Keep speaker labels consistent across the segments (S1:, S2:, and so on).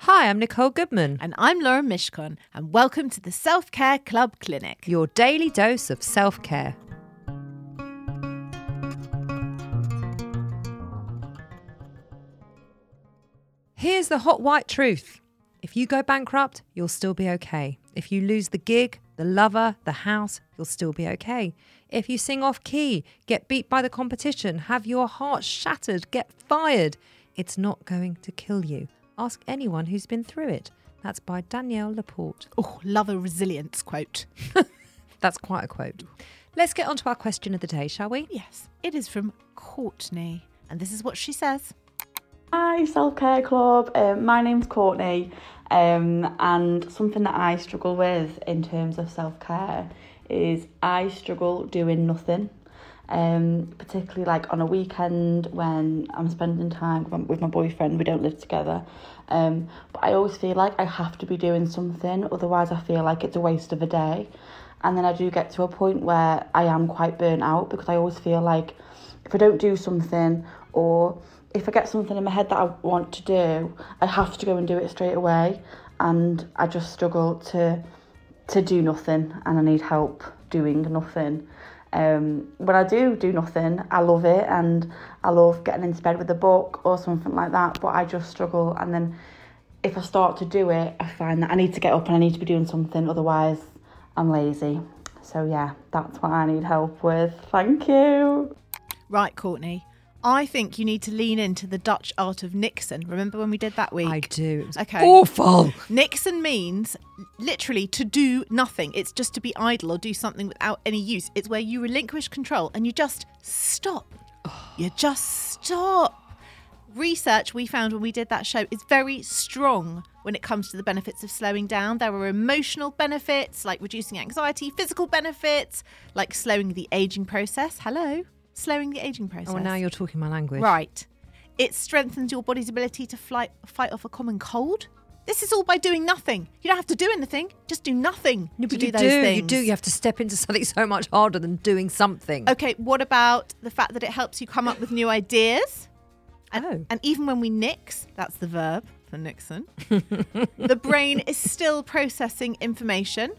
S1: Hi, I'm Nicole Goodman,
S2: And I'm Laura Mishkon, and welcome to the Self Care Club Clinic.
S1: your daily dose of self care. Here's the hot white truth if you go bankrupt, you'll still be okay. If you lose the gig, the lover, the house, you'll still be okay. If you sing off key, get beat by the competition, have your heart shattered, get fired, it's not going to kill you. Ask anyone who's been through it. That's by Danielle Laporte.
S2: Oh, love a resilience quote.
S1: That's quite a quote. Let's get on to our question of the day, shall we?
S2: Yes, it is from Courtney, and this is what she says.
S3: Hi, Self Care Club. Um, my name's Courtney, um, and something that I struggle with in terms of self care is I struggle doing nothing, um, particularly like on a weekend when I'm spending time with- with my boyfriend. We don't live together, um, but I always feel like I have to be doing something, otherwise, I feel like it's a waste of a day. And then I do get to a point where I am quite burnt out because I always feel like if I don't do something or if I get something in my head that I want to do, I have to go and do it straight away and I just struggle to to do nothing and I need help doing nothing. Um, when I do do nothing, I love it and I love getting into bed with a book or something like that, but I just struggle and then if I start to do it, I find that I need to get up and I need to be doing something, otherwise I'm lazy. So yeah, that's what I need help with. Thank you.
S2: Right, Courtney, I think you need to lean into the Dutch art of Nixon. Remember when we did that week?
S1: I do. It was
S2: Okay. Oh,
S1: awful.
S2: Nixon means literally to do nothing. It's just to be idle or do something without any use. It's where you relinquish control and you just stop. You just stop. Research we found when we did that show is very strong when it comes to the benefits of slowing down. There are emotional benefits like reducing anxiety, physical benefits like slowing the aging process. Hello, slowing the aging process.
S1: Oh, now you're talking my language.
S2: Right. It strengthens your body's ability to fly, fight off a common cold. This is all by doing nothing. You don't have to do anything. Just do nothing
S1: No,
S2: to
S1: but
S2: do
S1: you
S2: those
S1: do.
S2: things.
S1: You do. You have to step into something so much harder than doing something.
S2: Okay, what about the fact that it helps you come up with new ideas? And,
S1: Oh.
S2: and even when we nix, that's the verb for Nixon, the brain is still processing information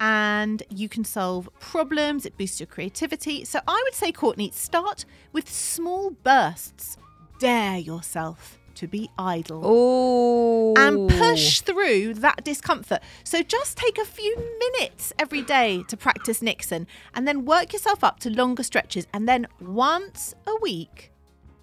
S2: and you can solve problems. It boosts your creativity. So I would say, Courtney, start with small bursts. Dare yourself to be idle
S1: Oh.
S2: and push through that discomfort. So just take a few minutes every day to practice Nixon and then work yourself up to longer stretches. And then once a week,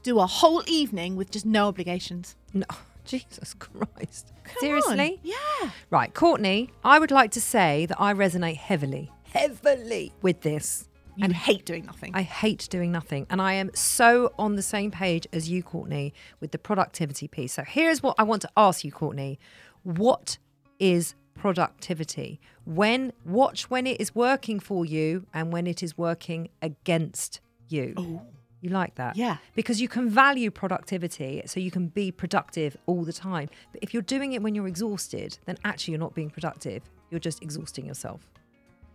S2: do a whole evening with just no obligations.
S1: No, Jesus Christ.
S2: Come
S1: Seriously?
S2: on. Yeah.
S1: Right, Courtney, I would like to say that I resonate heavily, heavily with this.
S2: You hate doing nothing.
S1: I hate doing nothing. And I am so on the same page as you, Courtney, with the productivity piece. So here's what I want to ask you, Courtney. What is productivity? When watch when it is working for you and when it is working against you. You like that?
S2: Oh. Yeah.
S1: Because you can value productivity so you can be productive all the time. But if you're doing it when you're exhausted, then actually you're not being productive. You're just exhausting yourself.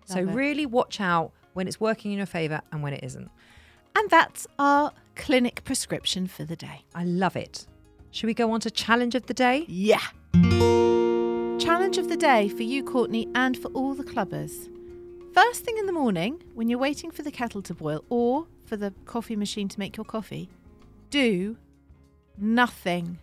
S1: so
S2: Love it.
S1: really watch out when it's working in your favor and when it isn't.
S2: and that's our clinic prescription for the day.
S1: I love it. Should we go on to challenge of the day?
S2: Yeah. Challenge of the day for you, Courtney, and for all the clubbers. First thing in the morning, when you're waiting for the kettle to boil or for the coffee machine to make your coffee, do nothing.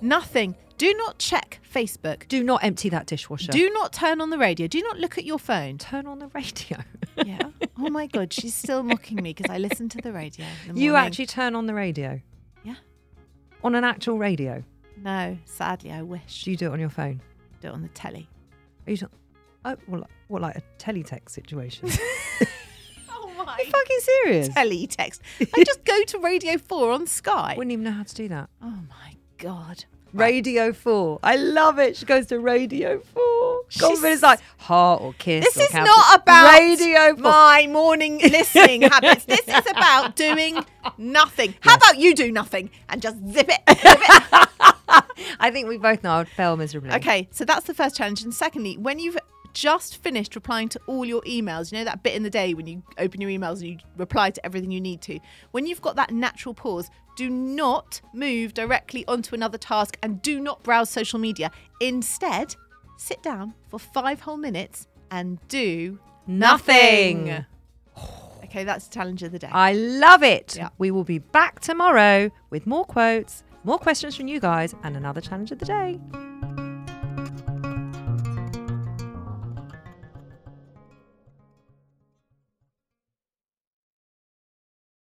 S2: Nothing. Do not check Facebook.
S1: Do not empty that dishwasher.
S2: Do not turn on the radio. Do not look at your phone.
S1: turn on the radio.
S2: Yeah. Oh my God, she's still mocking me because I listen to the radio. in the
S1: you
S2: morning.
S1: actually turn on the radio
S2: Yeah.
S1: on an actual radio.
S2: No, sadly, I wish.
S1: Do you do it on your phone?
S2: Do it on the telly.
S1: Are you? T- oh, well, like- what like a teletext situation? Are
S2: Oh my
S1: you fucking serious?
S2: teletext. I just go to Radio 4 on Sky.
S1: Wouldn't even know how to do that.
S2: Oh my God.
S1: Radio Four. I love it. She goes to Radio Four.
S2: She's-
S1: Confidence like heart or kiss.
S2: This
S1: or
S2: is
S1: Captain.
S2: not about
S1: Radio Four.
S2: my morning listening habits. This is about doing nothing. How about you do nothing and just zip it? Zip it?
S1: I think we both know I would fail miserably.
S2: okay, so that's the first challenge. And secondly, when you've just finished replying to all your emails. You know that bit in the day when you open your emails and you reply to everything you need to. When you've got that natural pause, do not move directly onto another task and do not browse social media. Instead, sit down for five whole minutes and do
S1: Nothing.
S2: Okay, that's the challenge of the day.
S1: I love it.
S2: Yeah.
S1: We will be back tomorrow with more quotes, more questions from you guys, and another challenge of the day.